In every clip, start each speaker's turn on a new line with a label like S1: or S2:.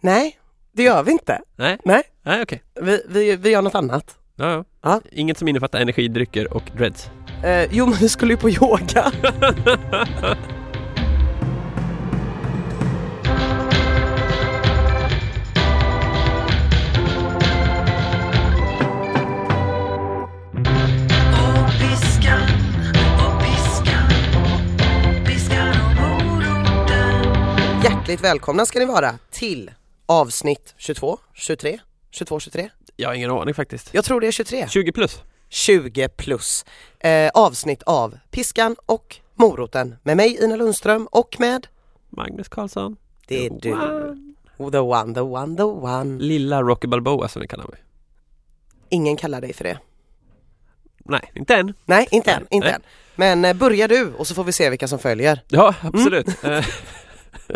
S1: Nej, det gör vi inte.
S2: Nej,
S1: Nej,
S2: nej okej.
S1: vi, vi, vi gör något annat.
S2: Ja, ja.
S1: Ja.
S2: Inget som innefattar energidrycker och dreads.
S1: Eh, jo, men vi skulle ju på yoga.
S3: Och piskan, och piskan, piskan och moroten
S1: Hjärtligt välkomna ska ni vara till avsnitt 22, 23, 22, 23.
S2: Jag har ingen aning faktiskt.
S1: Jag tror det är 23.
S2: 20 plus.
S1: 20 plus eh, avsnitt av Piskan och moroten med mig Ina Lundström och med
S2: Magnus Karlsson.
S1: det är du.
S2: Wow.
S1: Oh, The one, the one, the one.
S2: Lilla Rocky Balboa som vi kallar mig.
S1: Ingen kallar dig för det.
S2: Nej, inte än.
S1: Nej, inte än, inte
S2: Nej.
S1: än. Men eh, börja du och så får vi se vilka som följer.
S2: Ja, absolut. Eh,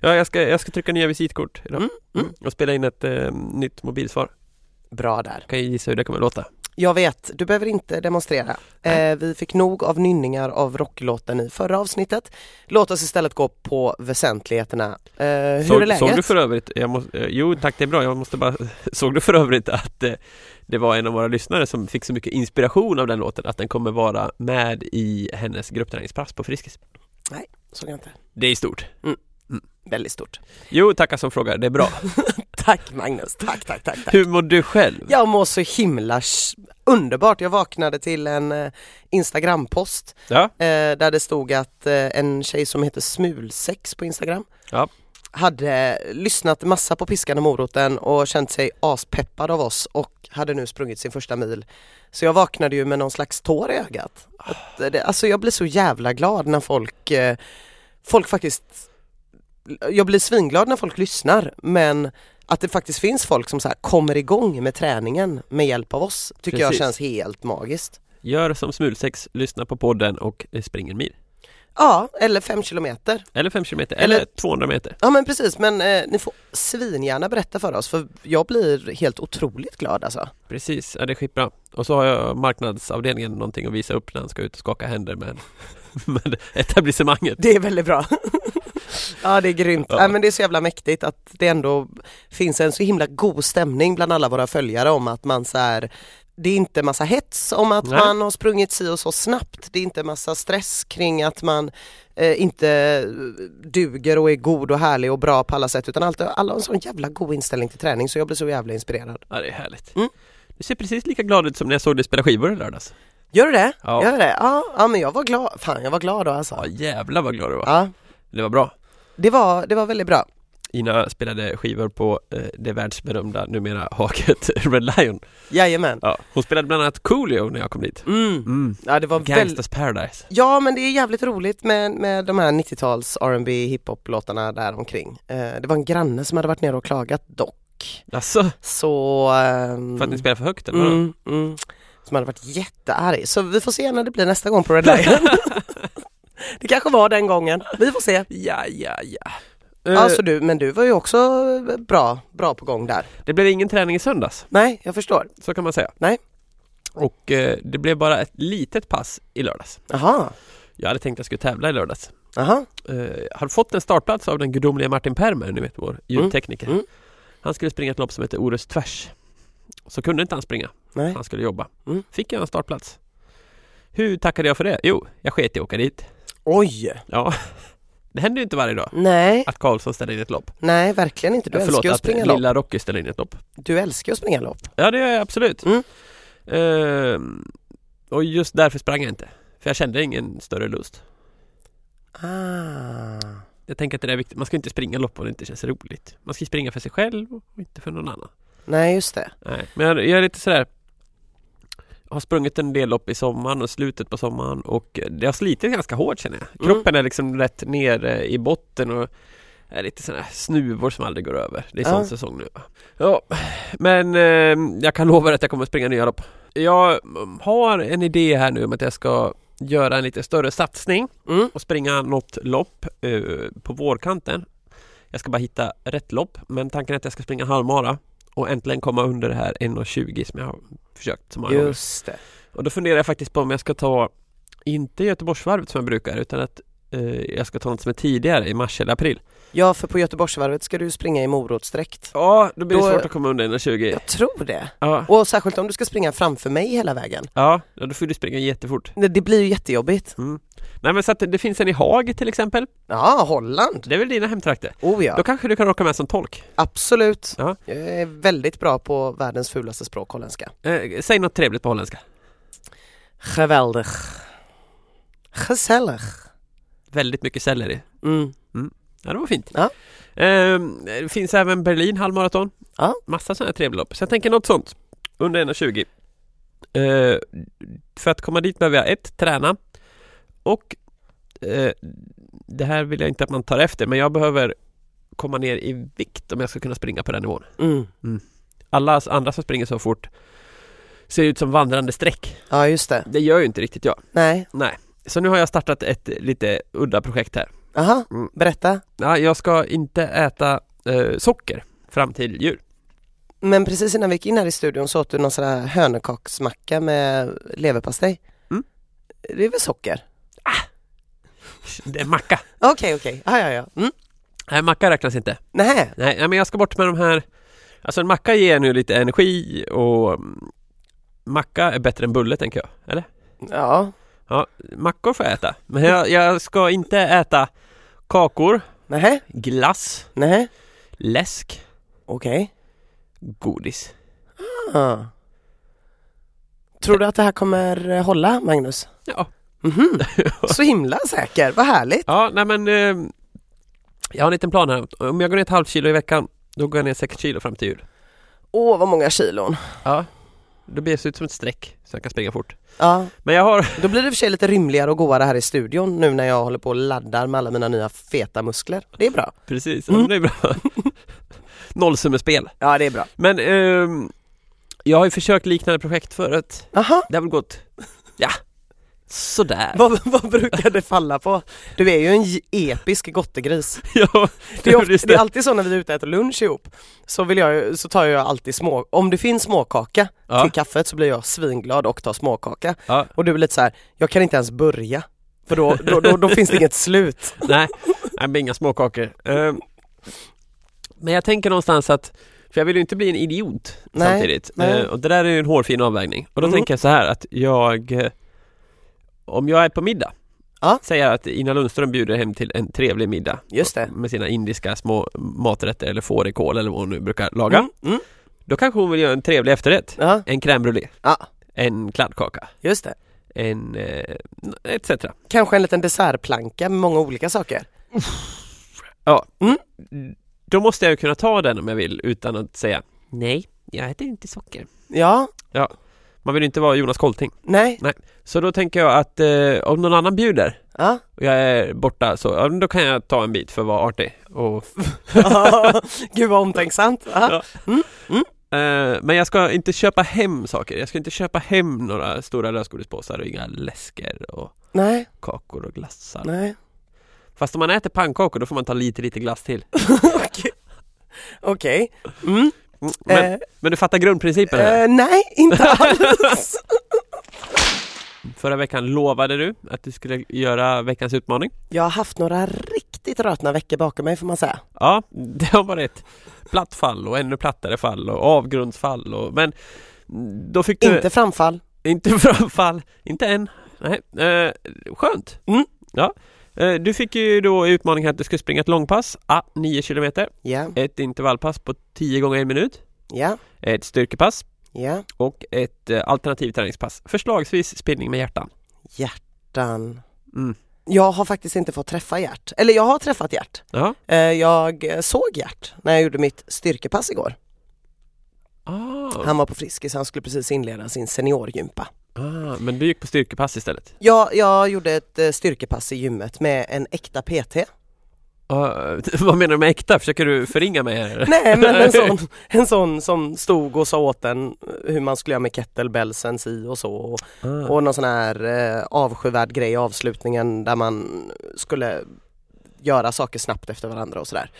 S2: ja, jag ska, jag ska trycka nya visitkort idag.
S1: Mm, mm.
S2: Och spela in ett eh, nytt mobilsvar.
S1: Bra där.
S2: Kan ju gissa hur det kommer låta.
S1: Jag vet, du behöver inte demonstrera. Eh, vi fick nog av nynningar av rocklåten i förra avsnittet. Låt oss istället gå på väsentligheterna. Eh, hur
S2: såg,
S1: är läget?
S2: såg du för övrigt, jag måste, eh, jo tack det är bra, jag måste bara, såg du för övrigt att eh, det var en av våra lyssnare som fick så mycket inspiration av den låten att den kommer vara med i hennes gruppträningspass på Friskis?
S1: Såg jag inte.
S2: Det är stort.
S1: Väldigt stort.
S2: Jo tackar som frågar, det är bra.
S1: Tack Magnus, tack, tack, tack. tack.
S2: Hur mår du själv?
S1: Jag mår så himla s- underbart. Jag vaknade till en eh, Instagram-post
S2: Ja,
S1: eh, där det stod att eh, en tjej som heter Smulsex på Instagram
S2: Ja.
S1: hade lyssnat massa på Piskan och moroten och känt sig aspeppad av oss och hade nu sprungit sin första mil. Så jag vaknade ju med någon slags tår i ögat. Att, eh, det, alltså jag blir så jävla glad när folk, eh, folk faktiskt, jag blir svinglad när folk lyssnar men att det faktiskt finns folk som så här kommer igång med träningen med hjälp av oss tycker
S2: Precis.
S1: jag känns helt magiskt.
S2: gör som Smulsex, lyssna på podden och eh, spring en mil.
S1: Ja, eller fem kilometer.
S2: Eller 5 kilometer,
S1: Eller-
S2: eller, 200 meter.
S1: Ja men precis, men eh, ni får svingärna berätta för oss för jag blir helt otroligt glad alltså.
S2: Precis, ja, det är skitbra. Och så har jag marknadsavdelningen någonting att visa upp när han ska ut och skaka händer med, med etablissemanget.
S1: Det är väldigt bra. ja det är grymt.
S2: Ja.
S1: Nej, men det är så jävla mäktigt att det ändå finns en så himla god stämning bland alla våra följare om att man så här det är inte massa hets om att
S2: Nej.
S1: man har sprungit si och så snabbt. Det är inte massa stress kring att man eh, inte duger och är god och härlig och bra på alla sätt utan allt, alla har en sån jävla god inställning till träning så jag blir så jävla inspirerad.
S2: Ja, det är härligt.
S1: Mm.
S2: Du ser precis lika glad ut som när jag såg dig spela skivor i lördags.
S1: Gör du det?
S2: Ja.
S1: Gör du det? Ja, ja men jag var glad, fan jag var glad då alltså.
S2: Ja, jävlar vad glad du var.
S1: Ja,
S2: Det var bra.
S1: det var, det var väldigt bra.
S2: Ina spelade skivor på eh, det världsberömda, numera haket, Red Lion.
S1: Jajamän.
S2: Ja. Hon spelade bland annat Coolio när jag kom dit.
S1: Mm.
S2: Mm.
S1: Ja det var väldigt
S2: Gangsters Paradise.
S1: Ja men det är jävligt roligt med, med de här 90-tals R&B hiphop låtarna där omkring. Eh, det var en granne som hade varit nere och klagat dock.
S2: Alltså,
S1: Så... ehm,
S2: för att ni spelar för högt eller vadå?
S1: mm, mm, Som hade varit jättearg. Så vi får se när det blir nästa gång på Red Lion. det kanske var den gången. Vi får se.
S2: Ja, ja, ja. Eh,
S1: Alltså du, men du var ju också bra, bra på gång där.
S2: det blev ingen träning i söndags,
S1: Nej, jag förstår.
S2: så kan man säga.
S1: Nej.
S2: Och eh, det blev bara ett litet pass i lördags.
S1: Jaha,
S2: Jag hade tänkt att jag skulle tävla i lördags.
S1: jaha.
S2: eh, har fått en startplats av den gudomliga Martin Permer, ni vet vår ljudtekniker.
S1: Mm.
S2: Han skulle springa ett lopp som heter Orust tvärs. Så kunde inte han springa,
S1: Nej.
S2: han skulle jobba.
S1: Mm.
S2: Fick jag en startplats. Hur tackade jag för det? Jo, jag sket i att åka dit.
S1: Oj!
S2: Ja, det händer ju inte varje dag
S1: Nej,
S2: att Karlsson ställer in ett lopp.
S1: nej verkligen inte. Du
S2: Ja,
S1: älskar ju att
S2: att
S1: springa lopp.
S2: lilla Rocky ställer in ett lopp.
S1: Du älskar ju att springa lopp.
S2: Ja, det gör jag absolut.
S1: Mm.
S2: Ehm, och just därför sprang jag inte. För jag kände ingen större lust.
S1: Ah.
S2: Jag tänker att det där är viktigt. Man ska inte springa lopp om det inte känns roligt. Man ska ju springa för sig själv och inte för någon annan.
S1: Nej just det.
S2: Nej, men jag, jag är lite sådär Har sprungit en del lopp i sommaren och slutet på sommaren och det har slitit ganska hårt känner jag.
S1: Mm.
S2: Kroppen är liksom rätt ner eh, i botten och är lite sådana här snuvor som aldrig går över. Det är sån
S1: Ja.
S2: säsong nu. Ja, men eh, jag kan lova er att jag kommer springa nya lopp. Jag mm, har en idé här nu om att jag ska göra en lite större satsning
S1: Mm.
S2: och springa något lopp eh, på vårkanten. Jag ska bara hitta rätt lopp, men tanken är att jag ska springa halvmara och äntligen komma under det här 1.20 som jag har försökt så många gånger.
S1: Just det.
S2: Och då funderar jag faktiskt på om jag ska ta, inte Göteborgsvarvet som jag brukar, utan att eh, jag ska ta något som är tidigare i mars eller april.
S1: Ja för på Göteborgsvarvet ska du ju springa i morotsdräkt.
S2: Ja, då blir det
S1: Då-
S2: svårt att komma under 1,20
S1: Jag tror det.
S2: Ja,
S1: Och särskilt om du ska springa framför mig hela vägen.
S2: ja då får du springa jättefort
S1: Det det blir ju jättejobbigt.
S2: mm. Nej men så att det finns en i Haag till exempel
S1: Ja, Holland.
S2: Det är väl dina hemtrakter?
S1: Oh ja,
S2: Då kanske du kan åka med som tolk?
S1: absolut.
S2: Ja.
S1: Jag är väldigt bra på världens fulaste språk, holländska.
S2: Eh, säg något trevligt på holländska
S1: Geweldig. Gezellig.
S2: Väldigt mycket selleri
S1: Mm.
S2: Ja, det var fint.
S1: Ja.
S2: Ehm, det finns även Berlin halvmaraton.
S1: Ja.
S2: Massa sådana här trevliga lopp. Så jag tänker något sånt. Under 1,20. Ehm, för att komma dit behöver jag ett, träna. Och eh, det här vill jag inte att man tar efter men jag behöver komma ner i vikt om jag ska kunna springa på den nivån.
S1: Mm.
S2: Alla andra som springer så fort ser ut som vandrande streck.
S1: Ja, just det.
S2: Det gör ju inte riktigt jag.
S1: Nej,
S2: Så nu har jag startat ett lite udda projekt här.
S1: aha,
S2: Mm.
S1: berätta.
S2: Ja, jag ska inte äta eh, socker fram till jul.
S1: Men precis innan vi gick in här i studion så åt du någon sån här hönökaksmacka med leverpastej.
S2: Mm.
S1: Det är väl socker?
S2: Det är macka.
S1: Okej, okej. Ah, ja, ja. Mm.
S2: Nej, macka räknas inte.
S1: Nej.
S2: Nej, nej, men jag ska bort med de här. Alltså en macka ger nu lite energi och mm, macka är bättre än bulle tänker jag. Eller?
S1: Ja,
S2: Ja, mackor får jag äta. Men jag, jag ska inte äta kakor,
S1: nej,
S2: glass,
S1: nej,
S2: läsk,
S1: okej.
S2: godis.
S1: Ah. Tror du att det här kommer eh, hålla, Magnus?
S2: Ja,
S1: Mhm. Så himla säker, vad härligt.
S2: ja nej men eh, jag har en liten plan här. Om jag går ner ett halvt kilo i veckan, då går jag ner sex kilo fram till jul.
S1: Åh, vad många kilon.
S2: Ja, då blir jag ser ut som ett streck så jag kan springa fort.
S1: Ja,
S2: Men jag har
S1: då blir det i och för sig lite rymligare och godare här i studion nu när jag håller på och laddar med alla mina nya feta muskler. Det är bra.
S2: Precis,
S1: Mm.
S2: ja, men det är bra. Nollsummespel.
S1: Ja, det är bra.
S2: Men ehm, jag har ju försökt liknande projekt förut.
S1: Aha.
S2: Det har väl gått, ja, sådär.
S1: Vad, vad brukar det falla på? Du är ju en j- episk gottegris.
S2: ja,
S1: Det är,
S2: just
S1: ofta, det är alltid så när vi är ute och äter lunch ihop så, vill jag, ju- så tar jag alltid små, om det finns småkaka
S2: ja,
S1: till kaffet så blir jag svinglad och tar småkaka.
S2: ja,
S1: Och du är lite så här, jag kan inte ens börja. För då, då, då, då finns det inget slut.
S2: nej, nej, men inga småkakor. Ehm, men jag tänker någonstans att, för jag vill ju inte bli en idiot
S1: Nej,
S2: samtidigt.
S1: nej.
S2: Eh, och det där är ju en hårfin avvägning. Och då
S1: Mm.
S2: tänker jag så här att jag, eh, om jag är på middag,
S1: Ja.
S2: säger jag att Ina Lundström bjuder hem till en trevlig middag.
S1: Just det.
S2: med sina indiska små maträtter eller fårikål eller vad hon nu brukar laga.
S1: Mm, mm,
S2: Då kanske hon vill göra en trevlig efterrätt.
S1: ja,
S2: En crème brûlée,
S1: ja,
S2: en kladdkaka,
S1: just det.
S2: en eh, etc.
S1: Kanske en liten dessertplanka med många olika saker.
S2: Mm. Då måste jag ju kunna ta den om jag vill utan att säga nej, jag äter inte socker.
S1: Ja,
S2: Man vill ju inte vara Jonas Kolting.
S1: nej,
S2: Så då tänker jag att eh, om någon annan bjuder
S1: ja.
S2: och jag är borta så ja, men då kan jag ta en bit för att vara artig. Och,
S1: Gud vad omtänksamt. Ja.
S2: eh, men jag ska inte köpa hem saker. Jag ska inte köpa hem några stora lösgodispåsar och inga läsker och
S1: Nej,
S2: kakor och glassar.
S1: nej.
S2: Fast om man äter pannkakor då får man ta lite lite glass till.
S1: Okej. Okej. Mm.
S2: Mm, Men,
S1: Eh,
S2: men du fattar grundprincipen här.
S1: eh, nej, inte alls.
S2: Förra veckan lovade du att du skulle göra veckans utmaning.
S1: Jag har haft några riktigt rötna veckor bakom mig får man säga.
S2: Ja, det har varit platt fall och ännu plattare fall och avgrundsfall och, men mm, då fick du
S1: Inte framfall.
S2: inte framfall, inte än. Nej, eh, skönt.
S1: Mm.
S2: Ja. Eh, du fick ju då i utmaning här att du skulle springa ett långpass, ah, 9 kilometer,
S1: Ja,
S2: ett intervallpass på 10 gånger en minut,
S1: ja,
S2: ett styrkepass
S1: ja.
S2: och ett eh, alternativt träningspass. Förslagsvis spinning med hjärtan.
S1: Hjärtan.
S2: Mm.
S1: Jag har faktiskt inte fått träffa Gert. Eller jag har träffat Gert.
S2: Ja.
S1: Eh, Jag såg Gert när jag gjorde mitt styrkepass igår.
S2: Ah.
S1: Han var på Friskis, han skulle precis inleda sin seniorgympa.
S2: ah, men du gick på styrkepass istället?
S1: Jag, jag gjorde ett eh, styrkepass i gymmet med en äkta PT.
S2: Ah, vad menar du med äkta? Försöker du förringa mig här?
S1: Nej men en sån, en sån som stod och sa åt en hur man skulle göra med kettlebellsen si och så. Och
S2: Ah.
S1: Och någon sån här eh, avskyvärd grej i avslutningen där man skulle göra saker snabbt efter varandra och sådär.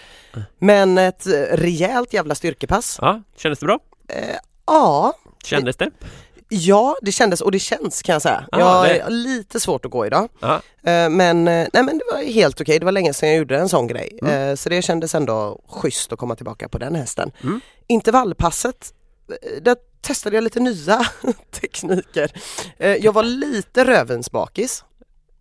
S1: Men ett eh,
S2: Ah,
S1: rejält jävla styrkepass.
S2: Ja, kändes det bra?
S1: Eh, ja,
S2: Kändes det?
S1: Ja det kändes och det känns kan jag säga.
S2: Ah,
S1: jag
S2: det-
S1: har lite svårt att gå idag.
S2: Ja.
S1: Eh, Men, eh, nej, men det var helt okej, det var länge sedan jag gjorde en sån grej. Eh, Så det kändes ändå schysst att komma tillbaka på den hästen.
S2: Mm.
S1: Intervallpasset, eh, där testade jag lite nya tekniker. Eh, Jag var lite rövensbakis.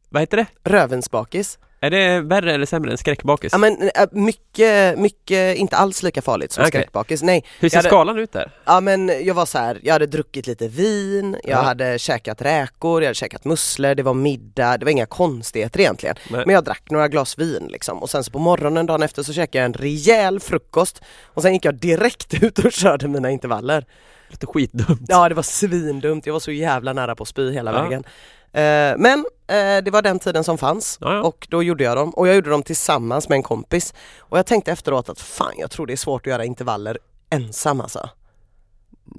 S2: Vad heter det?
S1: Rövensbakis.
S2: Är det värre eller sämre än skräckbakis?
S1: Ja men eh, mycket, mycket, inte alls lika farligt som
S2: Okej.
S1: skräckbakis. Nej,
S2: Hur ser
S1: jag hade-
S2: skalan ut där?
S1: Ja men jag var så här, jag hade druckit lite vin, jag
S2: Ja.
S1: hade käkat räkor, jag hade käkat musslor, det var middag, det var inga konstigheter egentligen.
S2: Nej.
S1: Men jag drack några glas vin liksom och sen så på morgonen dagen efter så käkade jag en rejäl frukost och sen gick jag direkt ut och körde mina intervaller.
S2: Lite skitdumt.
S1: Ja det var svindumt, jag var så jävla nära på att spy hela
S2: Ja.
S1: vägen. Eh, men eh, det var den tiden som fanns
S2: Ja, ja.
S1: och då gjorde jag dem och jag gjorde dem tillsammans med en kompis och jag tänkte efteråt att fan jag tror det är svårt att göra intervaller ensam alltså.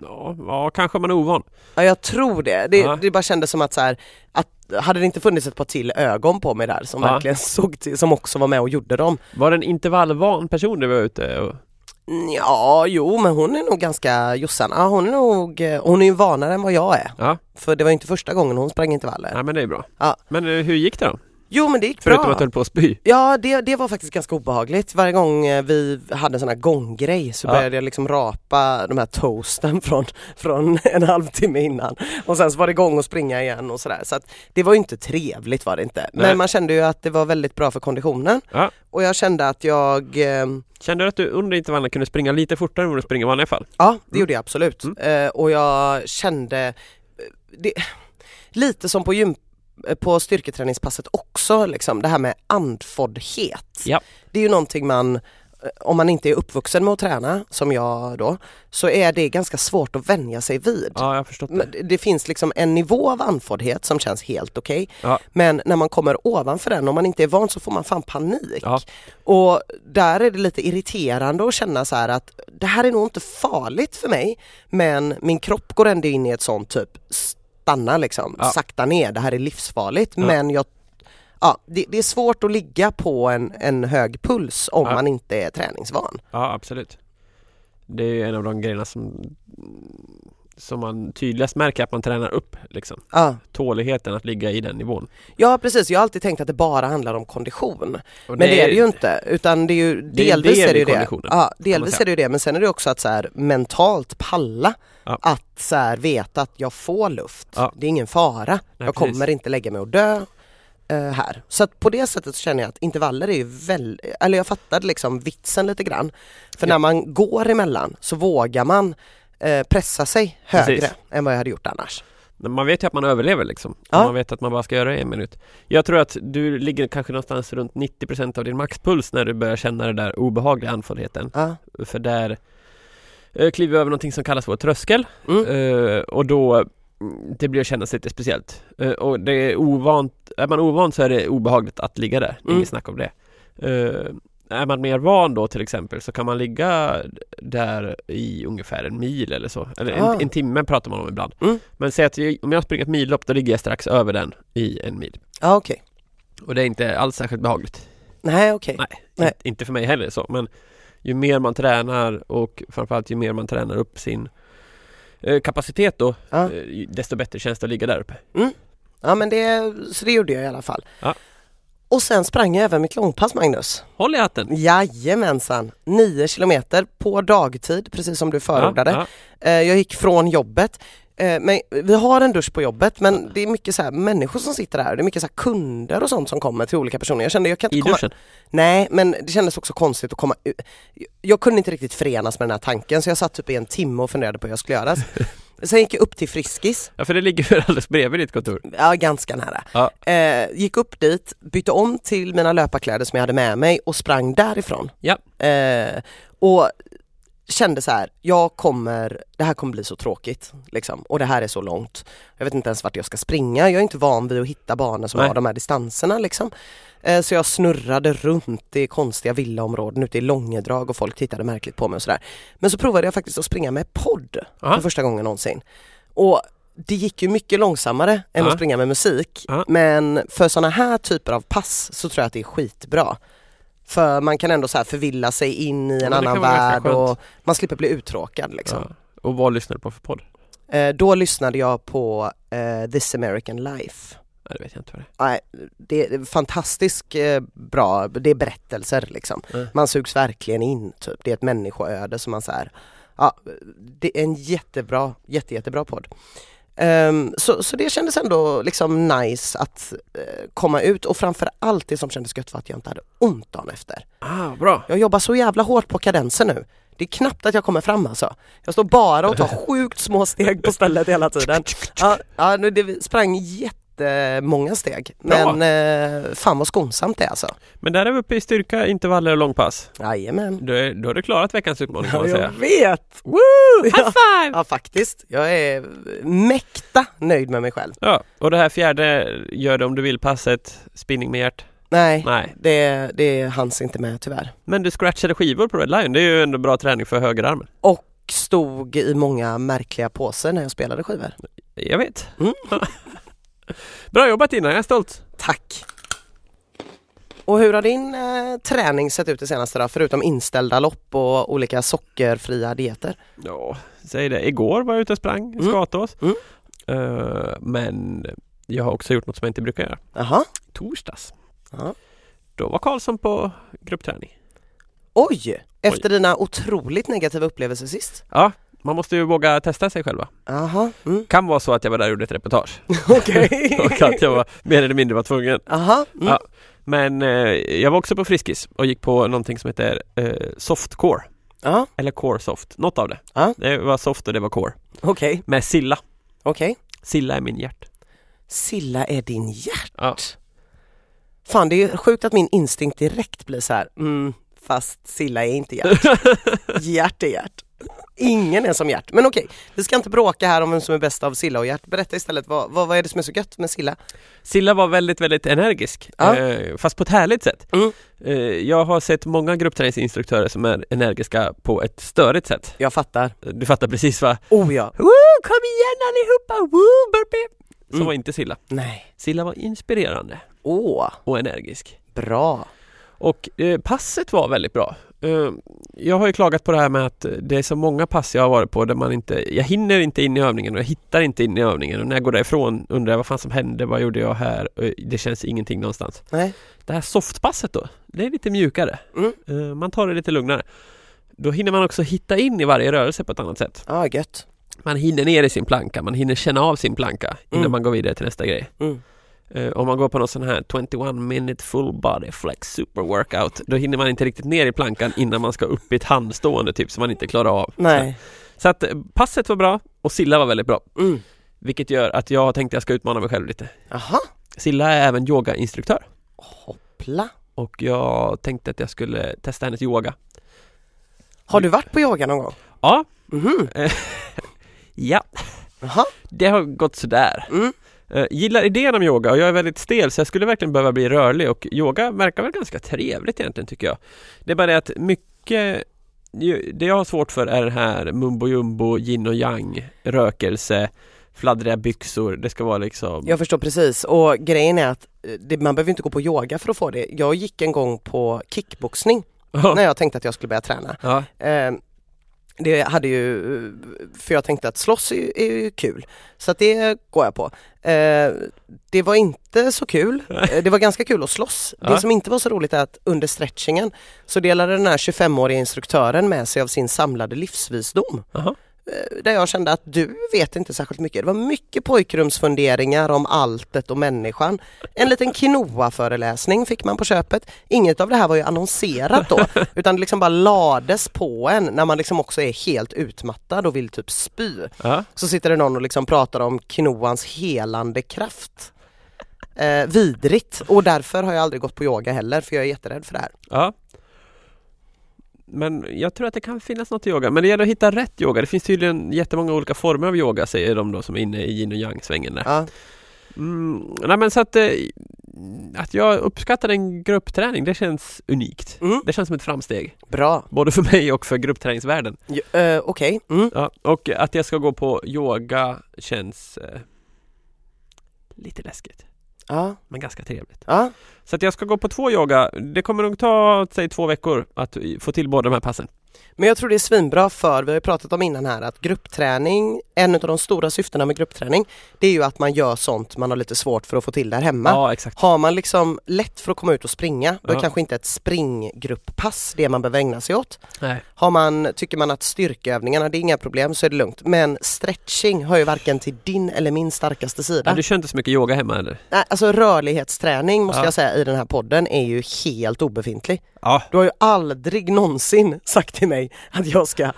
S2: Ja, ja, kanske man är ovan.
S1: Ja jag tror det. Det,
S2: Ja.
S1: det bara kändes som att så här, att hade det inte funnits ett par till ögon på mig där som
S2: Ja.
S1: verkligen såg till, som också var med och gjorde dem.
S2: Var det en intervallvan person du var ute och...
S1: Mm, Ja, jo men hon är nog ganska, Jossan, ja, hon är nog, eh, hon är ju vanare än vad jag är.
S2: Ja,
S1: För det var ju inte första gången hon sprang intervaller.
S2: nej men det är bra.
S1: Ja.
S2: Men eh, hur gick det då?
S1: Jo men det gick
S2: Förutom
S1: bra.
S2: att du höll på att spy?
S1: Ja det, det var faktiskt ganska obehagligt. Varje gång eh, vi hade en sån här gånggrej så
S2: Ja.
S1: började jag liksom rapa de här toasten från, från en halvtimme innan. Och sen så var det gång och springa igen och sådär. Så att det var ju inte trevligt var det inte.
S2: Nej.
S1: Men man kände ju att det var väldigt bra för konditionen.
S2: Ja.
S1: Och jag kände att jag, eh,
S2: Kände du att du under intervallen kunde springa lite fortare än vad du springer i vanliga fall?
S1: ja det gjorde jag absolut.
S2: Mm.
S1: Eh, och jag kände, eh, det, lite som på gym eh, på styrketräningspasset också, liksom, det här med andfåddhet.
S2: Ja.
S1: det är ju någonting man, eh, om man inte är uppvuxen med att träna, som jag då, så är det ganska svårt att vänja sig vid.
S2: Ja, jag har förstått det.
S1: Men det- Det finns liksom en nivå av andfåddhet som känns helt okej.
S2: Ja.
S1: Men när man kommer ovanför den, om man inte är van så får man fan panik.
S2: Ja.
S1: Och där är det lite irriterande att känna så här att det här är nog inte farligt för mig men min kropp går ändå in i ett sånt typ stanna liksom,
S2: Ja.
S1: sakta ner, det här är livsfarligt
S2: Ja.
S1: men jag Ja, det, det är svårt att ligga på en, en hög puls om
S2: Ja.
S1: man inte är träningsvan.
S2: Ja, absolut. Det är ju en av de grejerna som som man tydligast märker att man tränar upp liksom.
S1: Ja.
S2: Tåligheten att ligga i den nivån.
S1: ja, precis. Jag har alltid tänkt att det bara handlar om kondition. Men
S2: Och
S1: det är det ju inte, utan det är ju
S2: Det är en
S1: delvis
S2: del
S1: är det
S2: i
S1: ju det.
S2: konditionen,
S1: Ja,
S2: man
S1: delvis
S2: säga.
S1: är det ju det, men sen är det också att så här, mentalt palla.
S2: Ja.
S1: Att så här, veta att jag får luft,
S2: Ja.
S1: det är ingen fara, jag
S2: precis.
S1: kommer inte lägga mig och dö eh, här. Så att på det sättet så känner jag att intervaller är ju väl, eller jag fattade liksom vitsen lite grann. För
S2: Ja.
S1: när man går emellan så vågar man eh, pressa sig
S2: Precis.
S1: högre än vad jag hade gjort annars.
S2: Men Man vet ju att man överlever liksom.
S1: Ja.
S2: Man vet att man bara ska göra det i en minut. Jag tror att du ligger kanske någonstans runt 90% av din maxpuls när du börjar känna den där obehagliga andfåddheten.
S1: Ja.
S2: För där eh, kliver vi över någonting som kallas vår tröskel
S1: Mm.
S2: eh, och då mm, det blir att kännas lite speciellt. Eh, och det är ovant, är man ovan så är det obehagligt att ligga där, det är
S1: Mm.
S2: inget snack om det. Eh, är man mer van då till exempel så kan man ligga där i ungefär en mil eller så. Eller en,
S1: Ah.
S2: en timme pratar man om ibland.
S1: Mm.
S2: Men säg att jag, om jag springer ett millopp då ligger jag strax över den i en mil.
S1: Ja okej.
S2: Och det är inte alls särskilt behagligt.
S1: Nej okej.
S2: Nej.
S1: Nej.
S2: Inte- Inte för mig heller så men ju mer man tränar och framförallt ju mer man tränar upp sin eh, kapacitet då
S1: Ja.
S2: eh, ju- desto bättre känns det att ligga där uppe.
S1: Ja men det, så det gjorde jag i alla fall.
S2: Ja.
S1: Och sen sprang jag även mitt långpass Magnus.
S2: Håll i hatten!
S1: Jajamensan, 9 kilometer på dagtid precis som du förordade.
S2: Ja,
S1: Eh, Jag gick från jobbet, Eh, men vi har en dusch på jobbet men det är mycket så här människor som sitter här, det är mycket så här kunder och sånt som kommer till olika personer. Jag kände jag kan
S2: ja. I
S1: inte komma...
S2: duschen.
S1: Nej men det kändes också konstigt att komma ut. Jag kunde inte riktigt förenas med den här tanken så jag satt typ i en timme och funderade på hur jag skulle göra. Sen gick jag upp till Friskis,
S2: Ja för det ligger väl alldeles bredvid ditt kontor?
S1: ja ganska nära.
S2: Ja.
S1: Eh, gick upp dit, bytte om till mina löparkläder som jag hade med mig och sprang därifrån.
S2: Ja.
S1: Eh, och kände så här, jag kommer, det här kommer bli så tråkigt liksom och det här är så långt. Jag vet inte ens vart jag ska springa, jag är inte van vid att hitta banor som
S2: Nej.
S1: har de här distanserna liksom. Eh, så jag snurrade runt i konstiga villaområden ute i Långedrag och folk tittade märkligt på mig och sådär. Men så provade jag faktiskt att springa med podd
S2: Aha.
S1: för första gången någonsin. Och det gick ju mycket långsammare än
S2: Ja.
S1: att springa med musik.
S2: Ja.
S1: Men för sådana här typer av pass så tror jag att det är skitbra. För man kan ändå så här förvilla sig in i en
S2: men det
S1: annan
S2: kan vara ganska
S1: värld
S2: skönt.
S1: och man slipper bli uttråkad liksom.
S2: ja. Och vad lyssnar du på för podd?
S1: Eh, då lyssnade jag på eh, This American Life.
S2: Ja, det vet jag inte vad det
S1: Nej, det är fantastiskt eh, bra, det är berättelser liksom.
S2: är. Mm.
S1: Man sugs verkligen in typ, det är ett människoöde som man så här, ja, det är en jättebra, jätte, jättebra podd. Ehm, så, så det kändes ändå liksom nice att eh, komma ut och framförallt det som kändes gött var att jag inte hade ont dagen efter.
S2: Ah, bra.
S1: Jag jobbar så jävla hårt på kadensen nu. Det är knappt att jag kommer fram alltså. Jag står bara och tar sjukt små steg på stället hela tiden. Ja, ja nu det sprang jättemånga steg. Men eh, fan vad skonsamt det är alltså.
S2: Men där är vi uppe i styrka, intervaller och långpass.
S1: Jajamän.
S2: Då, är, då har du klarat veckans utmaning kan man
S1: jag
S2: säga.
S1: vet! Woo! Ja.
S2: five!
S1: ja faktiskt. Jag är mäkta nöjd med mig själv.
S2: Ja, och det här fjärde, gör det om du vill-passet, spinning med hjärt.
S1: Nej,
S2: Nej.
S1: det, det hanns inte med tyvärr.
S2: Men du scratchade skivor på Red Lion, det är ju ändå bra träning för högerarmen.
S1: Och stod i många märkliga påser när jag spelade skivor.
S2: Jag vet.
S1: Mm.
S2: bra jobbat innan, jag är stolt.
S1: Tack! Och hur har din eh, träning sett ut det senaste då? Förutom inställda lopp och olika sockerfria dieter?
S2: Ja, säg det. Igår var jag ute och sprang i
S1: Mm.
S2: Skatås.
S1: Mm.
S2: Eh, men jag har också gjort något som jag inte brukar göra.
S1: Jaha,
S2: Torsdags.
S1: Ja.
S2: Då var Karlsson på gruppträning.
S1: oj! Efter dina otroligt negativa upplevelser sist?
S2: Ja, man måste ju våga testa sig själva.
S1: Jaha, mm.
S2: Kan vara så att jag var där och gjorde ett reportage.
S1: okej.
S2: Och att jag var mer eller mindre var tvungen.
S1: Jaha, mm.
S2: Ja. Men eh, jag var också på Friskis och gick på någonting som heter eh, Softcore.
S1: ja,
S2: Eller Core Soft, något av det.
S1: Ja.
S2: Det var soft och det var core.
S1: okej,
S2: Med Silla.
S1: okej.
S2: Silla är min hjärt.
S1: Silla är din hjärt.
S2: Ja.
S1: Fan det är sjukt att min instinkt direkt blir så här, mm, fast Silla är inte hjärt. Hjärt är hjärt. Ingen är som hjärt. Men okej, vi ska inte bråka här om vem som är bäst av Silla och hjärt. Berätta istället, vad, vad, vad är det som är så gött med Silla?
S2: Silla var väldigt, väldigt energisk.
S1: Ja.
S2: Eh, fast på ett härligt sätt.
S1: Mm.
S2: Eh, jag har sett många gruppträningsinstruktörer som är energiska på ett störigt sätt.
S1: Jag fattar.
S2: Du fattar precis va?
S1: Oh ja.
S2: Woo, kom igen allihopa! Woo, burpee! Som
S1: Mm.
S2: var inte Silla.
S1: Nej.
S2: Silla var inspirerande
S1: Åh,
S2: och energisk.
S1: bra.
S2: Och eh, passet var väldigt bra. Eh, jag har ju klagat på det här med att eh, det är så många pass jag har varit på där man inte, jag hinner inte in i övningen och jag hittar inte in i övningen och när jag går därifrån undrar jag vad fan som hände, vad gjorde jag här? Eh, Det känns ingenting någonstans.
S1: Nej.
S2: Det här softpasset då, det är lite mjukare.
S1: Mm.
S2: Eh, man tar det lite lugnare. Då hinner man också hitta in i varje rörelse på ett annat sätt.
S1: Ja, ah, gött.
S2: Man hinner ner i sin planka, man hinner känna av sin planka innan
S1: Mm.
S2: man går vidare till nästa grej.
S1: Mm.
S2: Eh, om man går på någon sån här 21 minute full body flex super workout då hinner man inte riktigt ner i plankan innan man ska upp i ett handstående typ som man inte klarar av.
S1: Nej.
S2: Så att eh, passet var bra och Silla var väldigt bra.
S1: Mm.
S2: Vilket gör att jag tänkte jag ska utmana mig själv lite.
S1: Aha.
S2: Silla är även yogainstruktör
S1: hoppla.
S2: och jag tänkte att jag skulle testa hennes yoga.
S1: Har du varit på yoga någon gång?
S2: Ja,
S1: Mhm.
S2: ja,
S1: Aha.
S2: det har gått sådär.
S1: Mm.
S2: Eh, gillar idén om yoga och jag är väldigt stel så jag skulle verkligen behöva bli rörlig och yoga verkar väl ganska trevligt egentligen tycker jag. Det är bara det att mycket ju- det jag har svårt för är det här mumbo jumbo, yin och yang, rökelse, fladdriga byxor. Det ska vara liksom...
S1: Jag förstår precis och grejen är att eh, det, man behöver inte gå på yoga för att få det. Jag gick en gång på kickboxning när jag tänkte att jag skulle börja träna.
S2: ja.
S1: Eh, det hade ju, för jag tänkte att slåss är ju, är ju kul. Så att det går jag på. Eh, det var inte så kul. Eh, Det var ganska kul att slåss.
S2: Ja.
S1: Det som inte var så roligt är att under stretchingen så delade den här 25-åriga instruktören med sig av sin samlade livsvisdom.
S2: Aha.
S1: Eh, Där jag kände att du vet inte särskilt mycket. Det var mycket pojkrumsfunderingar om alltet och människan. En liten quinoa-föreläsning fick man på köpet. Inget av det här var ju annonserat då, utan det liksom bara lades på en när man liksom också är helt utmattad och vill typ spy.
S2: Ja.
S1: Så sitter det någon och liksom pratar om quinoans helande kraft. Eh, vidrigt och därför har jag aldrig gått på yoga heller för jag är jätterädd för det här.
S2: ja. Men jag tror att det kan finnas något i yoga. Men det gäller att hitta rätt yoga. Det finns tydligen jättemånga olika former av yoga säger de då som är inne i yin och yang-svängen där.
S1: Ja.
S2: Mm, nej men så att, eh, att jag uppskattar en gruppträning, det känns unikt.
S1: Mm.
S2: Det känns som ett framsteg,
S1: Bra,
S2: både för mig och för gruppträningsvärlden.
S1: Jo, eh, okej. Mm.
S2: Ja, och att jag ska gå på yoga känns eh, lite läskigt,
S1: Ja,
S2: men ganska trevligt.
S1: ja,
S2: Så att jag ska gå på två yoga, det kommer nog ta, säg två veckor att få till båda de här passen.
S1: Men jag tror det är svinbra för, vi har ju pratat om innan här att gruppträning, en av de stora syftena med gruppträning det är ju att man gör sånt man har lite svårt för att få till där hemma.
S2: Ja, exakt.
S1: Har man liksom lätt för att komma ut och springa, då är
S2: Ja.
S1: kanske inte ett springgrupppass det man behöver ägna sig åt.
S2: Nej.
S1: Har man, tycker man att styrkeövningarna, det är inga problem så är det lugnt. Men stretching hör ju varken till din eller min starkaste sida.
S2: Men du kör inte så mycket yoga hemma eller?
S1: Nej, alltså rörlighetsträning måste
S2: Ja.
S1: jag säga i den här podden är ju helt obefintlig.
S2: Ja.
S1: Du har ju aldrig någonsin sagt till mig att jag ska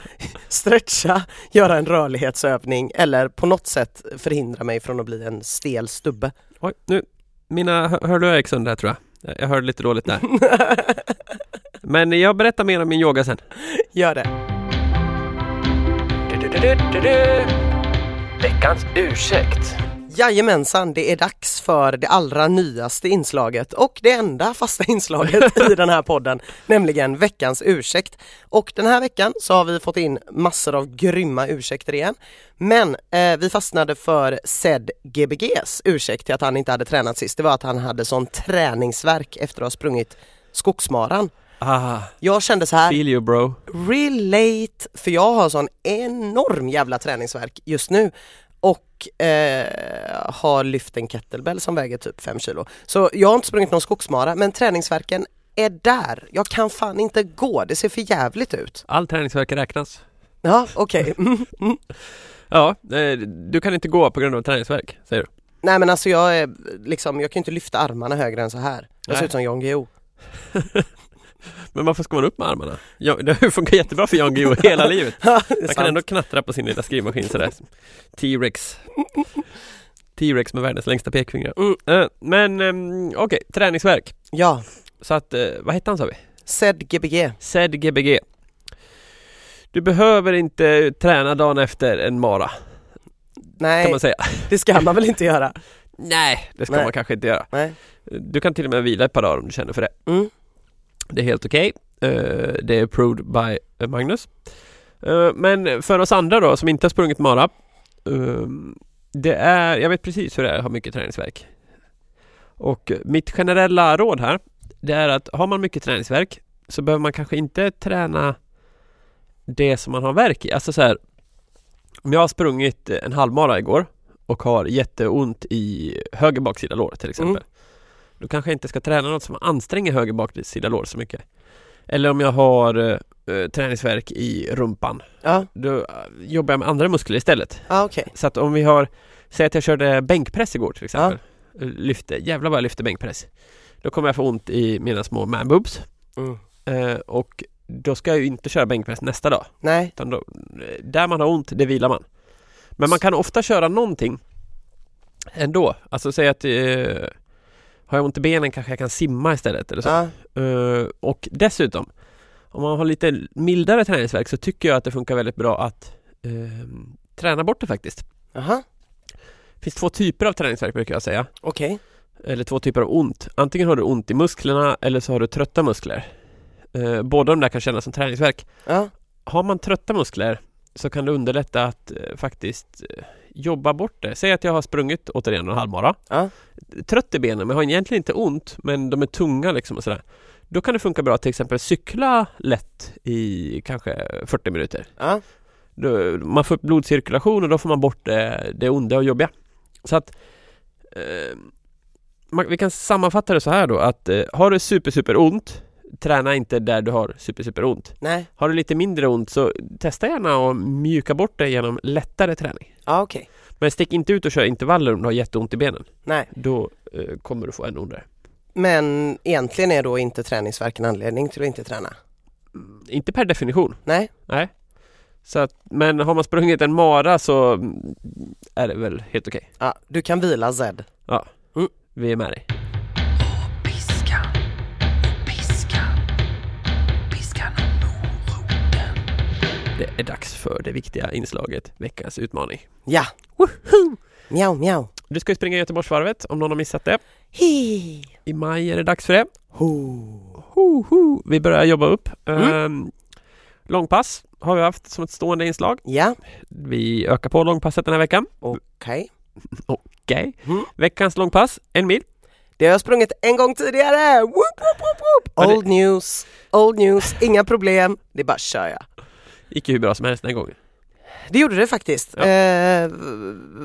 S1: stretcha, göra en rörlighetsövning eller på något sätt förhindra mig från att bli en stel stubbe.
S2: Oj, nu. Mina hör- hörlurar gick sönder här tror jag. Jag hörde lite dåligt där. Men jag berättar mer om min yoga sen.
S1: Gör det.
S2: Veckans ursäkt.
S1: Jajamensan, det är dags för det allra nyaste inslaget och det enda fasta inslaget i den här podden, nämligen veckans ursäkt. Och den här veckan så har vi fått in massor av grymma ursäkter igen. Men eh, vi fastnade för Zed Gbgs ursäkt till att han inte hade tränat sist. Det var att han hade sån träningsverk efter att ha sprungit Skogsmaran.
S2: Ah,
S1: Jag kände så här,
S2: feel you bro.
S1: relate, för jag har sån enorm jävla träningsverk just nu och eh, har lyft en kettlebell som väger typ 5 kilo. Så jag har inte sprungit någon skogsmara men träningsverken är där. Jag kan fan inte gå, det ser för jävligt ut.
S2: All träningsvärk räknas.
S1: Ja, okej. Mm, mm.
S2: Ja, eh, du kan inte gå på grund av träningsvärk, säger du.
S1: Nej men alltså jag är liksom, jag kan ju inte lyfta armarna högre än så här. Jag ser
S2: Nej.
S1: ut som Jan Guillou.
S2: Men varför ska man upp med armarna? Ja, det har ju funkat jättebra för Jan Guillou hela livet.
S1: Ja, det är
S2: Han kan
S1: sant.
S2: ändå knattra på sin lilla skrivmaskin sådär. T-rex. T-rex med världens längsta pekfingrar.
S1: Mm.
S2: Eh, Men ehm, okej, träningsverk.
S1: Ja,
S2: Så att, eh, vad hette han sa vi?
S1: Zed Gbg.
S2: Zed Gbg. Du behöver inte träna dagen efter en mara, kan
S1: Nej,
S2: man säga.
S1: det ska man väl inte göra?
S2: Nej, det ska
S1: Nej.
S2: man kanske inte göra.
S1: Nej.
S2: Du kan till och med vila ett par dagar om du känner för det.
S1: Mm.
S2: Det är helt okej. Eh, det är approved by eh, Magnus. Eh, men för oss andra då, som inte har sprungit mara. ehm, det är, jag vet precis hur det är att ha mycket träningsverk. Och eh, mitt generella råd här, det är att har man mycket träningsverk så behöver man kanske inte träna det som man har verk i. Alltså så här, om jag har sprungit en halvmara igår och har jätteont i höger baksida lår till exempel.
S1: Mm.
S2: Då kanske jag inte ska träna något som anstränger höger baksida lår så mycket. Eller om jag har eh, eh, träningsverk i rumpan.
S1: Ja,
S2: Då eh, jobbar jag med andra muskler istället.
S1: ah, okej.
S2: Så att om vi har, säg att jag körde bänkpress igår till exempel. Lyfte, jävlar vad jag lyfte bänkpress. Då kommer jag få ont i mina små manboobs.
S1: Mm.
S2: Eh, och då ska jag ju inte köra bänkpress nästa dag.
S1: Nej,
S2: Utan då, eh, där man har ont, det vilar man. Men man kan ofta köra någonting ändå. Alltså säg att eh, har jag ont i benen kanske jag kan simma istället eller så.
S1: ja,
S2: Eh, och dessutom, om man har lite mildare träningsvärk så tycker jag att det funkar väldigt bra att eh, träna bort det faktiskt.
S1: aha,
S2: Det finns två typer av träningsvärk brukar jag säga.
S1: okej.
S2: Eller två typer av ont. Antingen har du ont i musklerna eller så har du trötta muskler. Eh, båda de där kan kännas som träningsvärk.
S1: Ja.
S2: har man trötta muskler så kan det underlätta att eh, faktiskt eh, jobba bort det. Säg att jag har sprungit återigen en halvmara.
S1: Ja.
S2: Trött i benen men har egentligen inte ont men de är tunga liksom och sådär. Då kan det funka bra att till exempel cykla lätt i kanske 40 minuter.
S1: Ja,
S2: Då, man får upp blodcirkulation och då får man bort det, det onda och jobbiga. Så att eh, man, vi kan sammanfatta det så här då att eh, har du super super ont träna inte där du har super super ont.
S1: nej,
S2: Har du lite mindre ont så testa gärna att mjuka bort det genom lättare träning.
S1: ja okej.
S2: Men stick inte ut och kör intervaller om du har jätteont i benen.
S1: Nej,
S2: Då eh, kommer du få ännu ondare.
S1: men egentligen är då inte träningsvärk en anledning till att inte träna?
S2: Mm, Inte per definition.
S1: Nej,
S2: Så att, men har man sprungit en mara så mm, är det väl helt okej.
S1: ja, du kan vila Zed.
S2: Vi är med dig.
S3: Piska, piska, piska nån moroten.
S2: Det är dags för det viktiga inslaget veckans utmaning.
S1: Ja, mjau mjau.
S2: Du ska ju springa Göteborgsvarvet om någon har missat det.
S1: Hi.
S2: I maj är det dags för det.
S1: Ho.
S2: Ho, ho. Vi börjar jobba upp.
S1: Mm.
S2: Ehm, långpass har vi haft som ett stående inslag.
S1: Ja,
S2: Vi ökar på långpasset den här veckan.
S1: okej.
S2: Okej.
S1: Mm.
S2: Veckans långpass, en mil.
S1: Det har jag sprungit en gång tidigare! Woop, woop, woop,
S2: Men
S1: woop. Old news, old news, inga problem, det är bara kör jag.
S2: Gick ju hur bra som helst den här gången.
S1: Det gjorde det faktiskt.
S2: Ja.
S1: Eh,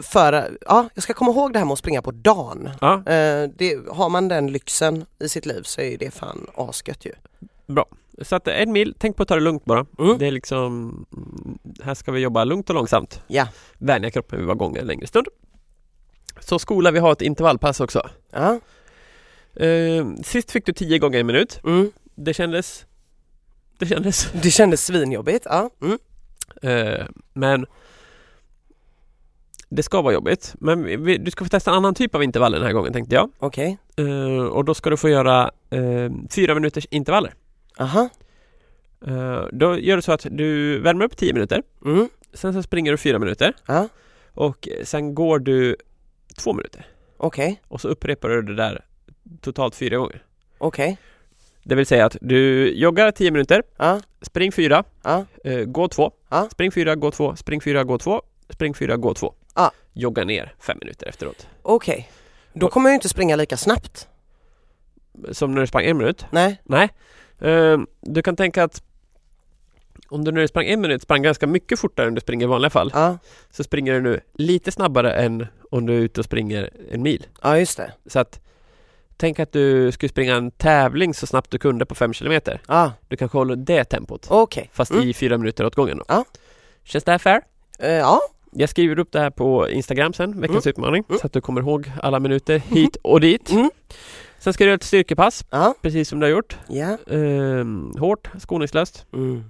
S1: för, ja, jag ska komma ihåg det här med att springa på dagen.
S2: Ja,
S1: Eh, det, har man den lyxen i sitt liv så är det fan asgött ju.
S2: så att en mil, tänk på att ta det lugnt bara.
S1: Mm.
S2: Det är liksom, mm, här ska vi jobba lugnt och långsamt.
S1: Ja.
S2: Vänja kroppen vid att vara gång en längre stund. Så skola, vi har ett intervallpass också.
S1: Ja.
S2: Eh, sist fick du 10 gånger en minut.
S1: Mm.
S2: Det kändes, det kändes.
S1: Det kändes svinjobbigt. Ja. Mm.
S2: Eh, men det ska vara jobbigt. Men vi- vi, du ska få testa en annan typ av intervaller den här gången tänkte jag.
S1: Okej.
S2: Eh, och då ska du få göra eh, fyra minuters intervaller.
S1: Aha.
S2: Eh, då gör du så att du värmer upp 10 minuter.
S1: Mm.
S2: Sen så springer du fyra minuter.
S1: Ja.
S2: Och sen går du två minuter.
S1: Okej.
S2: Och så upprepar du det där totalt fyra gånger.
S1: Okej.
S2: Det vill säga att du joggar 10 minuter,
S1: Ja.
S2: spring fyra,
S1: Ja.
S2: eh, gå två,
S1: Ja.
S2: spring fyra, gå två, spring fyra, gå två, spring fyra, gå två.
S1: Ja.
S2: Jogga ner fem minuter efteråt.
S1: Okej. Då kommer jag ju inte springa lika snabbt.
S2: Som när du sprang en minut.
S1: Nej.
S2: Nej. Ehm, du kan tänka att om du när du sprang en minut sprang ganska mycket fortare än du springer i vanliga fall
S1: Ja.
S2: så springer du nu lite snabbare än om du är ute och springer en mil.
S1: Ja just det.
S2: Så att tänk att du skulle springa en tävling så snabbt du kunde på fem kilometer.
S1: Ja.
S2: Du kanske håller det tempot.
S1: Okej.
S2: Fast
S1: Mm.
S2: i fyra minuter åt gången då.
S1: Ja.
S2: Känns det här fair?
S1: Eh, ja.
S2: Jag skriver upp det här på Instagram sen, veckans utmaning,
S1: Mm.
S2: så att du kommer ihåg alla minuter hit och dit.
S1: Mm.
S2: Sen ska du göra ett styrkepass,
S1: Ja.
S2: precis som du har gjort.
S1: Ja.
S2: Ehm, hårt, skoningslöst.
S1: Mm.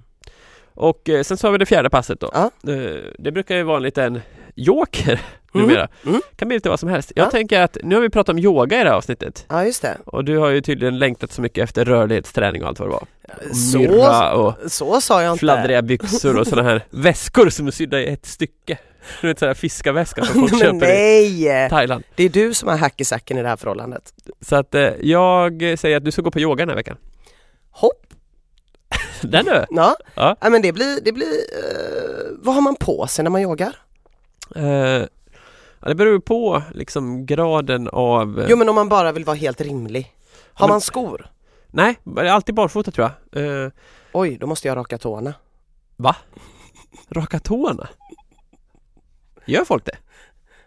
S2: Och eh, sen så har vi det fjärde passet då.
S1: Ja.
S2: Eh, det brukar ju vara en liten joker numera.
S1: Mm.
S2: kan bli lite vad som helst. Jag
S1: Ja.
S2: tänker att nu har vi pratat om yoga i det här avsnittet.
S1: Ja just det.
S2: Och du har ju tydligen längtat så mycket efter rörlighetsträning och allt vad det var. Och
S1: Så-
S2: Myrra och
S1: Så sa jag inte.
S2: fladdriga byxor och sådana här väskor som är sydda i ett stycke. Du vet sådana här fiskarväskor som folk
S1: Men
S2: köper i
S1: nej!
S2: Thailand.
S1: Det är du som är hack i sacken i det här förhållandet.
S2: Så att eh, jag säger att du ska gå på yoga den här veckan.
S1: Hopp!
S2: Den du!
S1: Ja.
S2: Ja.
S1: men det blir, det blir eh, vad har man på sig när man yogar?
S2: Eh, ja, det beror ju på liksom graden av... eh,
S1: Jo men om man bara vill vara helt rimlig. Har
S2: Ja, men-
S1: man skor?
S2: Nej, det är alltid barfota tror jag. Eh,
S1: Oj, då måste jag raka tårna.
S2: raka tårna. Gör folk det?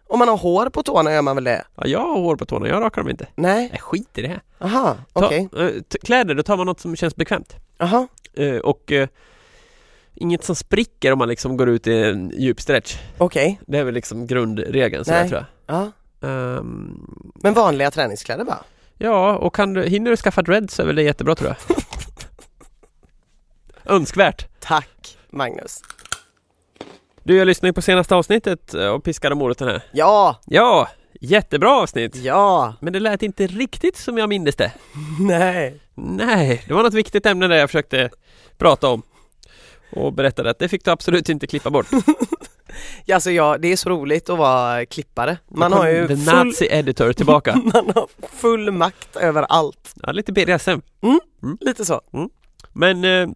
S1: Om man har hår på tårna gör man väl det?
S2: Ja, jag har hår på tårna, jag rakar dem inte.
S1: Nej?
S2: Nej, skit i det.
S1: Aha,
S2: Ta,
S1: okej.
S2: eh, t- kläder, då tar man något som känns bekvämt.
S1: Aha.
S2: Eh, och eh, inget som spricker om man liksom går ut i en djup stretch.
S1: Okej.
S2: Det är väl liksom grundregeln så
S1: Nej.
S2: jag tror jag.
S1: Ja.
S2: Ehm,
S1: Men vanliga träningskläder bara?
S2: ja, och kan du, hinner du skaffa dreads är väl det jättebra tror jag. Önskvärt!
S1: Tack Magnus.
S2: Du, jag lyssnade ju på senaste avsnittet eh, och piskade moroten här.
S1: Ja,
S2: Ja, jättebra avsnitt!
S1: ja,
S2: Men det lät inte riktigt som jag mindes det.
S1: nej.
S2: Nej, det var något viktigt ämne där jag försökte prata om. Och berättade att det fick du absolut inte klippa bort.
S1: Ja, Alltså jag, det är så roligt att vara klippare. Man
S2: Då kom
S1: har ju
S2: The
S1: full,
S2: Nazi Editor tillbaka.
S1: man har full makt över allt.
S2: Ja, lite BDSM.
S1: Lite så.
S2: Men eh,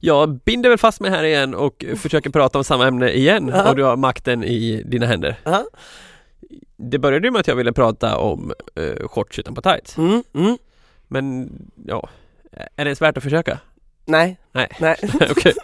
S2: jag binder väl fast mig här igen och försöker prata om samma ämne igen
S1: Ja.
S2: och du har makten i dina händer.
S1: Ja.
S2: Det började ju med att jag ville prata om eh, shorts utan på tights.
S1: Mm, mm.
S2: Men ja, är det ens värt att försöka?
S1: Nej,
S2: Nej.
S1: nej.
S2: Okej.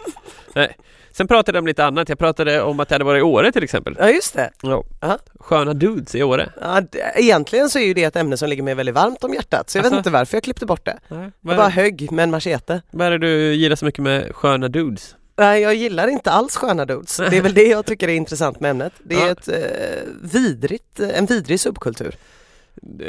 S2: Nej. Sen pratade jag om lite annat. Jag pratade om att jag hade varit i Åre till exempel.
S1: Ja just det.
S2: Ja.
S1: Ja.
S2: Sköna dudes i Åre.
S1: Ja, det- egentligen så är ju det ett ämne som ligger mig väldigt varmt om hjärtat så jag
S2: Alltså?
S1: vet inte varför jag klippte bort det. Jag
S2: Vad
S1: bara
S2: är,
S1: högg med en machete.
S2: vad är det du gillar så mycket med sköna dudes?
S1: Nej jag gillar inte alls sköna dudes. Det är väl det jag tycker är intressant med ämnet. Det är
S2: Ja.
S1: ett, eh, vidrigt, en vidrig subkultur.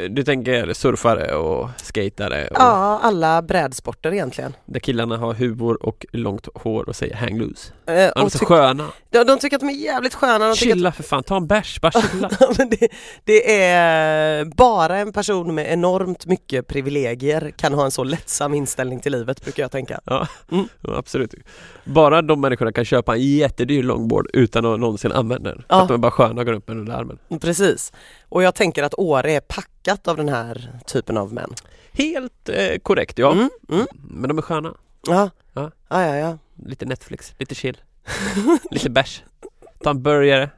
S2: Du tänker surfare och skatare och
S1: Ja, alla brädsporter egentligen.
S2: där killarna har huvor och långt hår och säger hang loose.
S1: Eh,
S2: Ja, De är
S1: och
S2: så
S1: tyck-
S2: sköna.
S1: de, de tycker att de är jävligt sköna. De tycker
S2: Chilla för fan, ta en bärs, bara chilla.
S1: att, men det, det är bara en person med enormt mycket privilegier kan ha en så lättsam inställning till livet brukar jag tänka.
S2: Ja, absolut. Bara de människorna kan köpa en jättedyr longboard utan att någonsin använda den.
S1: Ja.
S2: För att de är bara sköna och går runt med den under armen.
S1: Precis. Och jag tänker att Åre är packat av den här typen av män.
S2: Helt eh, korrekt ja.
S1: Mm, mm.
S2: Men de är sköna.
S1: Ja.
S2: Ja.
S1: Ja. ja, ja,
S2: Lite Netflix, lite chill, lite bärs. Ta en burgare,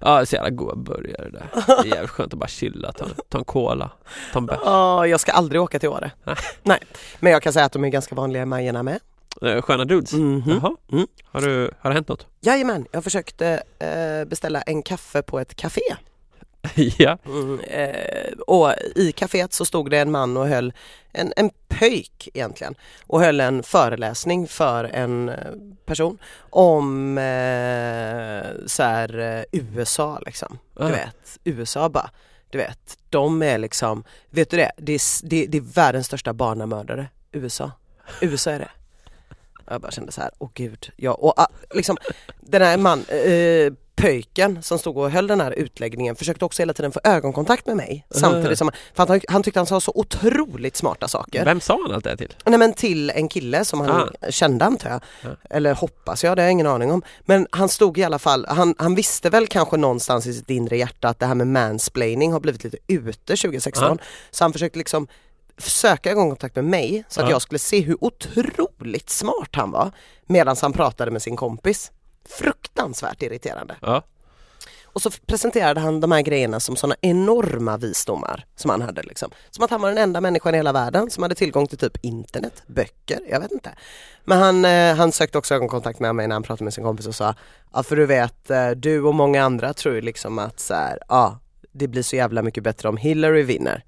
S2: Ja, så jävla goda burgare där. Det är jävligt skönt att bara chilla, ta, ta en cola, ta en bärs.
S1: Ja, Ah, jag ska aldrig åka till Åre.
S2: Nej.
S1: Nej, men jag kan säga att de är ganska vanliga i Majerna med.
S2: Eh, Sköna dudes.
S1: Mhm.
S2: Jaha.
S1: Mm.
S2: Har, du, har det hänt något?
S1: Jajamän, jag försökte eh, beställa en kaffe på ett café.
S2: ja.
S1: Eh, och i kaféet så stod det en man och höll, en, en pöjk egentligen, och höll en föreläsning för en eh, person om eh, så här, eh, USA liksom. Du
S2: Ah.
S1: vet, USA bara, du vet, de är liksom, vet du det, det är, s- det, det är världens största barnamördare, USA. USA är det. Jag bara kände så här, åh gud, ja, och ah, liksom den här man, eh, pöjken som stod och höll den här utläggningen försökte också hela tiden få ögonkontakt med mig samtidigt som, för att han, han tyckte han sa så otroligt smarta saker.
S2: Vem sa han allt det här till?
S1: Nej men till en kille som han kände antar jag.
S2: Ja.
S1: Eller hoppas jag, det har jag ingen aning om. Men han stod i alla fall, han, han visste väl kanske någonstans i sitt inre hjärta att det här med mansplaining har blivit lite ute 2016. Så han försökte liksom söka ögonkontakt med mig så att
S2: Ja.
S1: jag skulle se hur otroligt smart han var medan han pratade med sin kompis. Fruktansvärt irriterande.
S2: Ja.
S1: Och så presenterade han de här grejerna som sådana enorma visdomar som han hade liksom. Som att han var den enda människan i hela världen som hade tillgång till typ internet, böcker, jag vet inte. Men han, eh, han sökte också ögonkontakt med mig när han pratade med sin kompis och sa Ja för du vet, eh, du och många andra tror ju liksom att så här, ja det blir så jävla mycket bättre om Hillary vinner.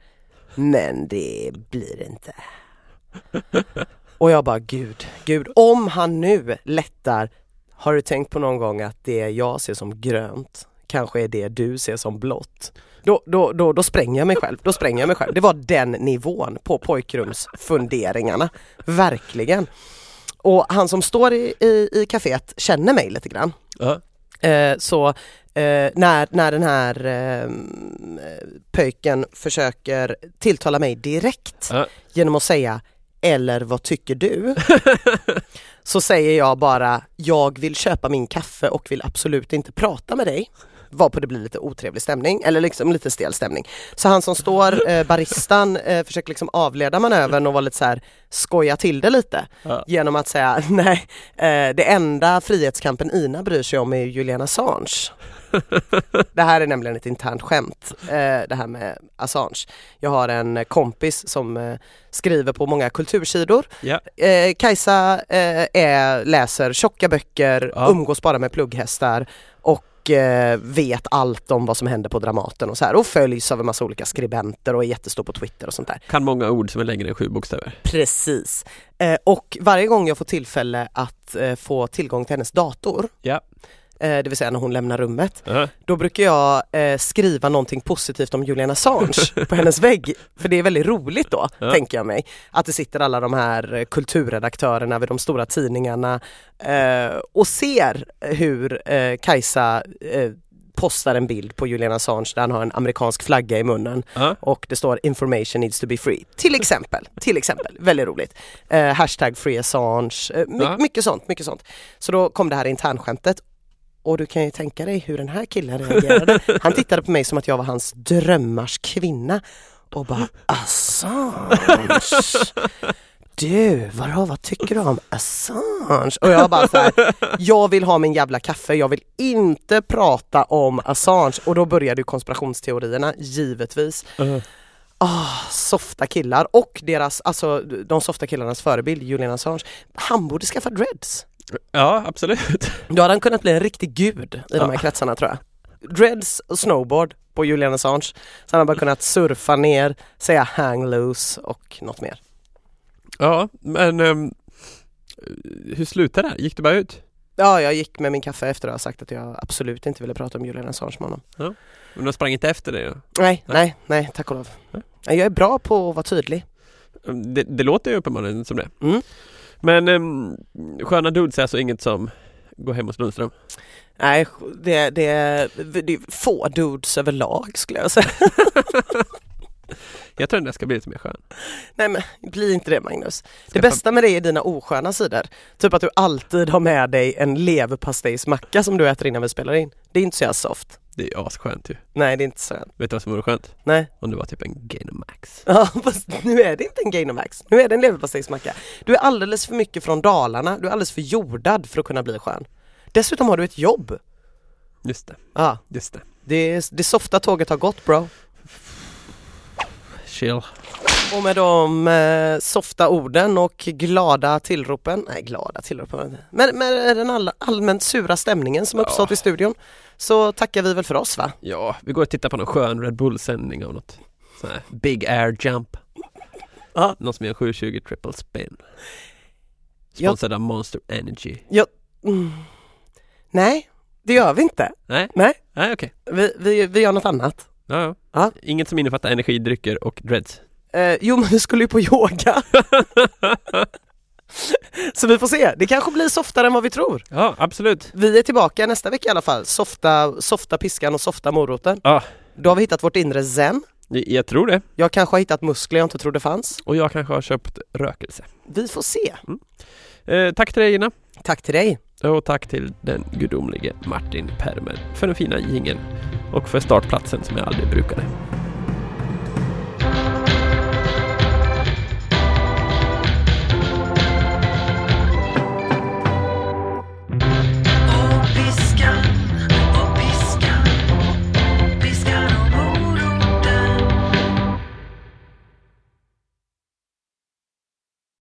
S1: Men det blir det inte. Och jag bara gud, gud om han nu lättar har du tänkt på någon gång att det jag ser som grönt kanske är det du ser som blått? Då, då, då, då spränger jag mig själv, då spränger jag mig själv. Det var den nivån på pojkrumsfunderingarna, verkligen. Och han som står i, i, i kaféet känner mig lite grann.
S2: Ja.
S1: Eh, så eh, när, när den här eh, pöjken försöker tilltala mig direkt
S2: Ja.
S1: genom att säga eller vad tycker du? så säger jag bara jag vill köpa min kaffe och vill absolut inte prata med dig varpå det blir lite otrevlig stämning eller liksom lite stel stämning. Så han som står, eh, baristan, eh, försöker liksom avleda manövern och vara lite så här skoja till det lite
S2: Ja.
S1: genom att säga nej, eh, det enda frihetskampen Ina bryr sig om är ju Julian Assange. Det här är nämligen ett internt skämt, eh, det här med Assange. Jag har en kompis som eh, skriver på många kultursidor
S2: Ja.
S1: eh, Kajsa eh, är, läser tjocka böcker,
S2: Ja.
S1: umgås bara med plugghästar och eh, vet allt om vad som händer på Dramaten och så här och följs av en massa olika skribenter och är jättestor på Twitter och sånt där.
S2: Kan många ord som är längre än sju bokstäver.
S1: Precis. Eh, och varje gång jag får tillfälle att eh, få tillgång till hennes dator,
S2: Ja.
S1: eh, det vill säga när hon lämnar rummet,
S2: Ja.
S1: då brukar jag eh, skriva någonting positivt om Julian Assange på hennes vägg. För det är väldigt roligt då,
S2: Ja.
S1: tänker jag mig. Att det sitter alla de här eh, kulturredaktörerna vid de stora tidningarna eh, och ser hur eh, Kajsa eh, postar en bild på Julian Assange där han har en amerikansk flagga i munnen
S2: Ja.
S1: och det står information needs to be free. Till exempel, till exempel, väldigt roligt. Eh, hashtag free Assange, eh, my-
S2: Ja.
S1: mycket sånt, mycket sånt. Så då kom det här internskämtet och du kan ju tänka dig hur den här killen reagerade. Han tittade på mig som att jag var hans drömmars kvinna och bara Assange. Du, vadå, vad tycker du om Assange? Och jag bara så här, jag vill ha min jävla kaffe, jag vill inte prata om Assange. Och då började ju konspirationsteorierna, givetvis.
S2: Uh.
S1: Ah, softa killar och deras, alltså de softa killarnas förebild Julian Assange. Han borde skaffa dreads.
S2: ja, absolut.
S1: Då hade han kunnat bli en riktig gud i de här kretsarna tror jag. Dreads och snowboard på Julian Assange. Så han hade bara kunnat surfa ner, säga hang loose och något mer.
S2: Ja, men ehm, hur slutade det här? Gick det bara ut?
S1: Ja, jag gick med min kaffe efter att ha sagt att jag absolut inte ville prata om Julian Assange med honom.
S2: Men de sprang inte efter dig? då?
S1: Nej, nej, nej, tack och lov.
S2: Nej.
S1: Jag är bra på att vara tydlig.
S2: Ehm, Det, det låter ju uppenbarligen som det.
S1: Mm.
S2: Men um, sköna dudes är alltså inget som går hem hos Lundström?
S1: Nej, det, det, det är få dudes överlag skulle jag säga.
S2: Jag tror den där ska bli lite mer skön.
S1: Nej men bli inte det Magnus. Det
S2: Skaffa-
S1: bästa med dig är dina osköna sidor. Typ att du alltid har med dig en leverpastejsmacka som du äter innan vi spelar in. Det är inte så jävla soft.
S2: Det är ju asskönt ju.
S1: Nej det är inte så.
S2: Vet du vad som vore skönt?
S1: Nej.
S2: Om det var typ en Gainomax.
S1: Ja fast nu är det inte en Gainomax. Nu är det en leverpastejsmacka. Du är alldeles för mycket från Dalarna. Du är alldeles för jordad för att kunna bli skön. Dessutom har du ett jobb.
S2: Just det,
S1: Ja,
S2: just det.
S1: det, det softa tåget har gått bro.
S2: Chill.
S1: Och med de eh, softa orden och glada tillropen, nej glada tillropen, men med den all, allmänt sura stämningen som uppstått
S2: Ja.
S1: i studion så tackar vi väl för oss va?
S2: Ja, vi går och tittar på någon skön Red Bull-sändning av något. Sån här Big Air Jump.
S1: Ja.
S2: Någon som gör 720 triple spin.
S1: Ja.
S2: Sponsrad av Monster Energy.
S1: Mm. Nej, det gör vi inte.
S2: Nej,
S1: Nej.
S2: nej okej.
S1: Vi, vi, vi gör något annat.
S2: Ja, ja.
S1: Ja.
S2: Inget som innefattar energidrycker och dreads.
S1: Eh, jo men vi skulle ju på yoga, så vi får se. Det kanske blir softare än vad vi tror.
S2: ja, absolut.
S1: Vi är tillbaka nästa vecka i alla fall. Softa, softa piskan och softa moroten.
S2: Ja.
S1: Då har vi hittat vårt inre zen.
S2: Jag, jag tror det.
S1: Jag kanske har hittat muskler jag inte trodde fanns.
S2: Och jag kanske har köpt rökelse.
S1: Vi får se.
S2: Eh, tack till dig Gina.
S1: Tack till dig.
S2: Och tack till den gudomlige Martin Permer för den fina jingeln och för startplatsen som jag aldrig brukade.